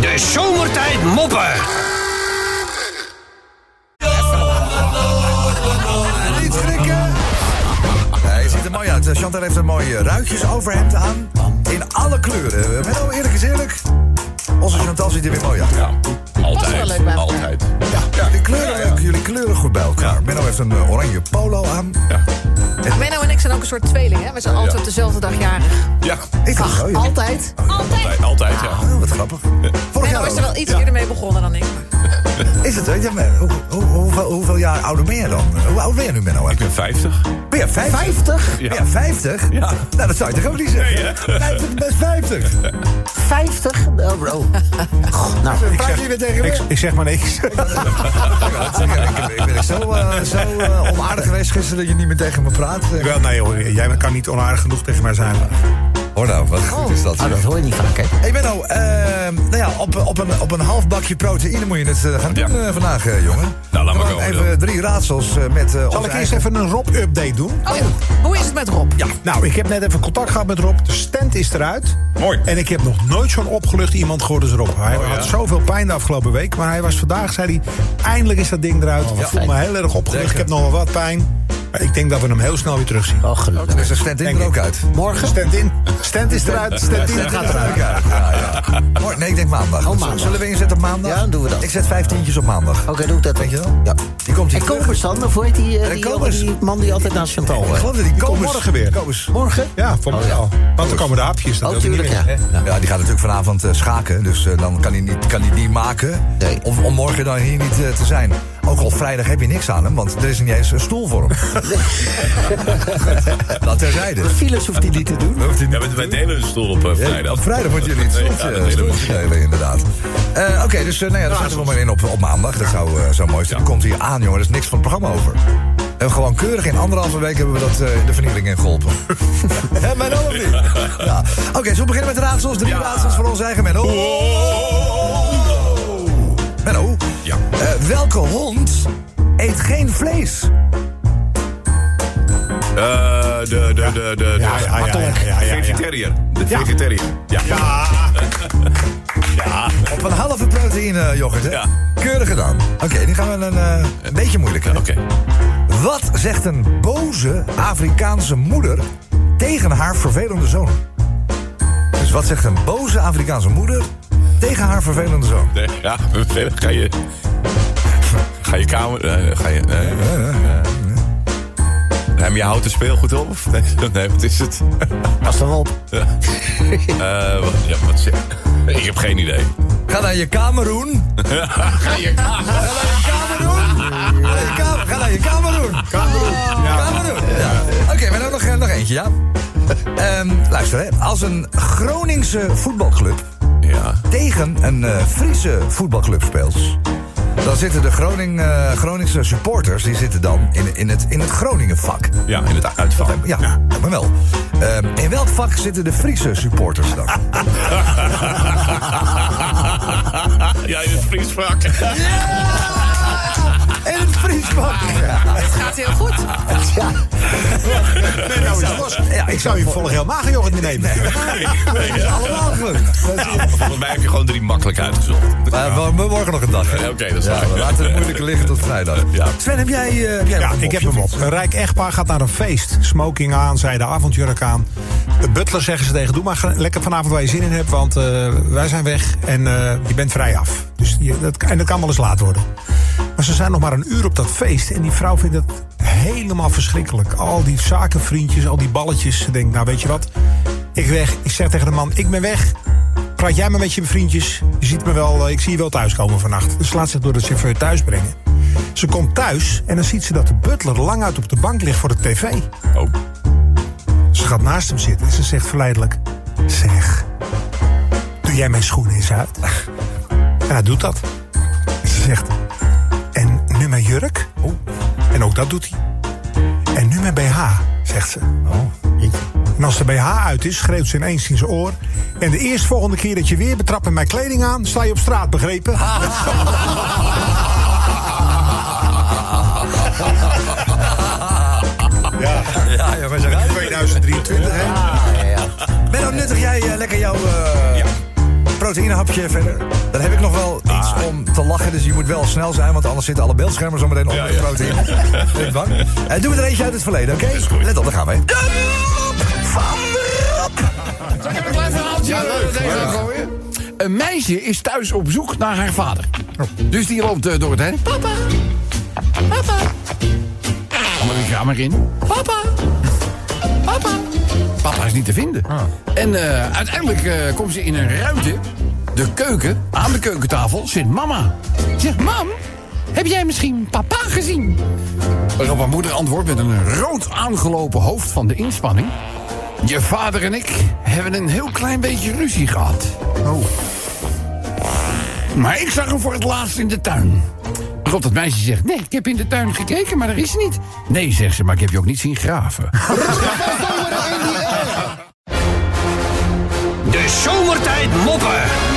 De zomertijd moppen. Niet schrikken. Nee, hij ziet er mooi uit. Eh, Chantal heeft een mooie ruitjes overhemd aan. In alle kleuren. Eh, Met al eerlijk is eerlijk. Onze Chantal ziet er weer mooi uit. Ja, wel altijd. leuk bij elkaar. altijd. Ja, die kleuren, leuk. jullie kleuren goed bij elkaar. Menno heeft een eh, oranje polo aan. Ja. Menno en ik zijn ook een soort tweeling, hè? We zijn altijd Ja. Oh, op dezelfde dag jarig. Ja, Ik vind het mooi. Altijd. altijd, altijd ja. Oh, wat grappig. Vorig Menno jaar is er ook. wel iets eerder mee begonnen dan ik. maar- Is het, weet je, maar hoe, hoe, hoeveel, hoeveel jaar ouder ben je dan? Eh, Hoe oud ben je nu, Menno? Ik ben 50. Ben je 50? 50? Ja. Ben je 50? Ja. Nou, dat zou je toch ook niet zeggen? 50, best 50. 50? Oh, bro. God, nou, Ik Praat je weer tegen me? ik, ik zeg maar niks. Ik, ik ben zo, eh, zo eh, onaardig geweest gisteren dat je niet meer tegen me praat. Eh, Wel, nee hoor, jij kan niet onaardig genoeg tegen mij zijn. Hoor nou, wat goed is dat. Ah, Oh, dat hoor je niet vaak, hè? Hey Benno, eh, nou ja, op, op, een, op een half bakje proteïne moet je het eh, gaan doen Ja. eh, vandaag, eh, jongen. Nou, laat maar Gewoon komen Even drie raadsels eh, met eh Zal ik eerst even een Rob-update doen? Oh, hoe is het met Rob? Ja. Nou, ik heb net even contact gehad met Rob. De stand is eruit. Mooi. En ik heb nog nooit zo'n opgelucht iemand gehoord als Rob. Hij had zoveel pijn de afgelopen week. Maar hij was vandaag, zei hij, eindelijk is dat ding eruit. ik voel me heel erg opgelucht. Ik heb nog wel wat pijn. Maar ik denk dat we hem heel snel weer terugzien. Oh, gelukkig. Dus er stand in Denk er ik. ook uit. Morgen? Stand in. Stand is eruit. Stand in. Gaat eruit. Ja, ja, ja. Mooi, nee, ik denk maandag. Oh, maandag. Zullen we inzetten op maandag? Ja, dan doen we dat. Ik zet vijftientjes op maandag. Oké, Oh, doe ik dat Weet je dan. wel? Ja. Die komt hier En terug. Kobers dan? Of hoe heet die, eh, En die, Kobers. die man die altijd naast Chantal Ik eh, geloof dat die, komt Kobus- morgen weer. Kobus. Morgen? Ja, voor mij Oh, ja. wel. Want dan komen de hapjes. Dat Oh, wil hij niet tuurlijk, meer, ja. hè? Nou, Ja, die gaat natuurlijk vanavond eh, schaken. Dus eh, dan kan hij, niet, kan hij die maken. Nee. Om, om morgen dan hier niet eh, te zijn. Ook al vrijdag heb je niks aan hem, want er is niet eens een stoel voor hem. Dat terzijde. De files hoeft hij niet te doen. Ja, wij- wij delen een stoel op eh, Ja, vrijdag. op vrijdag moet jullie het Nee, stoeltje, ja, dat delen we stoeltje delen, inderdaad. Eh, Oké, dus eh, nou ja, daar zetten we maar in op, op maandag. Dat zou, eh, zou mooi zijn. Dan komt hij aan, jongen. Er is niks van het programma over. En gewoon keurig in anderhalve week hebben we dat, eh, de vernieling in geholpen. Hè, Menno of niet? Ja. Oké, zullen we beginnen met de raadsels? Drie raadsels voor ons eigen Menno. Menno, Ja. eh, welke hond eet geen vlees? Eh, de, de, de, de, de, Ja, ja, ja, ja, ja, ja, ja. vegetariër. De vegetariër. Ja. Ah, Ja. Op een halve proteïne yoghurt, hè? Ja. Keurig gedaan. Oké, die gaan we een eh, een beetje moeilijker. Oké. Wat zegt een boze Afrikaanse moeder tegen haar vervelende zoon? Dus wat zegt een boze Afrikaanse moeder tegen haar vervelende zoon? Nee, ja, verder ga je... Ga je kamer... eh, ga je... Nee, nee, maar je houdt het speelgoed op? Of? Nee, nee, wat is het? Pas dan op. Eh, wat, ja, wat zeg... Ik heb geen idee. Ga naar je Kameroen. Ga je kamer... Kameroen? Ga naar je Kamer- Ga naar je Kameroen. Kameroen. Ja. Oké, maar dan nog, eh, nog eentje, ja? Ehm, luister, hè. als een Groningse voetbalclub Ja. tegen een eh, Friese voetbalclub speelt... dan zitten de Groning, eh, Groningse supporters die zitten dan in, in, het, in het Groningenvak. Ja, in het uitvallen. Ja, maar wel. Ehm, in welk vak zitten de Friese supporters dan? Ja, in het vriesvak. In het Fries vak. Het gaat heel goed. Nee, nou is het los. Ja, Ik zou je volg helemaal geen yoghurt meer nemen. Nee, ja. Allemaal goed. Nou, volgens mij heb je gewoon drie makkelijk uitgezocht. Maar Eh, we- we morgen nog een dag. hè? Ja, oké, dat is ja, waar. we laten het moeilijke liggen tot vrijdag. Ja. Sven, heb jij, eh, heb jij Ja, nog een ik heb mopje? hem op. Een rijk echtpaar gaat naar een feest. Smoking aan, zijde avondjurk aan. De butler zeggen ze tegen, doe maar ge- lekker vanavond waar je zin in hebt... want eh, wij zijn weg en eh, je bent vrij af. Dus je, dat, en dat kan wel eens laat worden. Maar ze zijn nog maar een uur op dat feest... en die vrouw vindt het helemaal verschrikkelijk. Al die zakenvriendjes, al die balletjes. Ze denkt, nou weet je wat, ik weg. Ik zeg tegen de man, ik ben weg. Praat jij maar met je vriendjes. Je ziet me wel, eh, ik zie je wel thuiskomen vannacht. Dus laat zich door de chauffeur thuis brengen. Ze komt thuis en dan ziet ze dat de butler lang uit op de bank ligt voor de tv. Oh. Ze gaat naast hem zitten en ze zegt verleidelijk... Zeg, doe jij mijn schoenen eens uit? En hij doet dat. En ze zegt... En nu mijn jurk? Oh. En ook dat doet hij. En nu mijn BH, zegt ze. En als de BH uit is, schreeuwt ze ineens in zijn oor... En de eerstvolgende keer dat je weer betrapt met mijn kleding aan... sta je op straat, begrepen? Ja, ja, wij zijn uit. 2023, hè? Benno, nuttig jij eh, lekker jouw eh proteïnehapje verder. Dan heb ik nog wel iets om te lachen. Dus je moet wel snel zijn, want anders zitten alle beeldschermen zo meteen op Ja, met ja. proteïne. Ben ik bang. Eh, doen we er eentje uit het verleden, oké? Is goed. Let op, daar gaan we. De mop van de Rob. Zal ik even een klein verhaaltje ja, Een meisje is thuis op zoek naar haar vader. Dus die loopt eh, door het heen. Papa. Papa. Maar ik ga maar in. Papa. Papa. Papa is niet te vinden. En eh, uiteindelijk eh, komt ze in een ruimte. De keuken. Aan de keukentafel zit mama. Zegt mam, heb jij misschien papa gezien? Waarop haar moeder antwoordt met een rood aangelopen hoofd van de inspanning. Je vader en ik hebben een heel klein beetje ruzie gehad. Maar ik zag hem voor het laatst in de tuin. Waarop dat meisje zegt, nee, ik heb in de tuin gekeken, maar er is hij niet. Nee, zegt ze, maar ik heb je ook niet zien graven. De zomertijd moppen.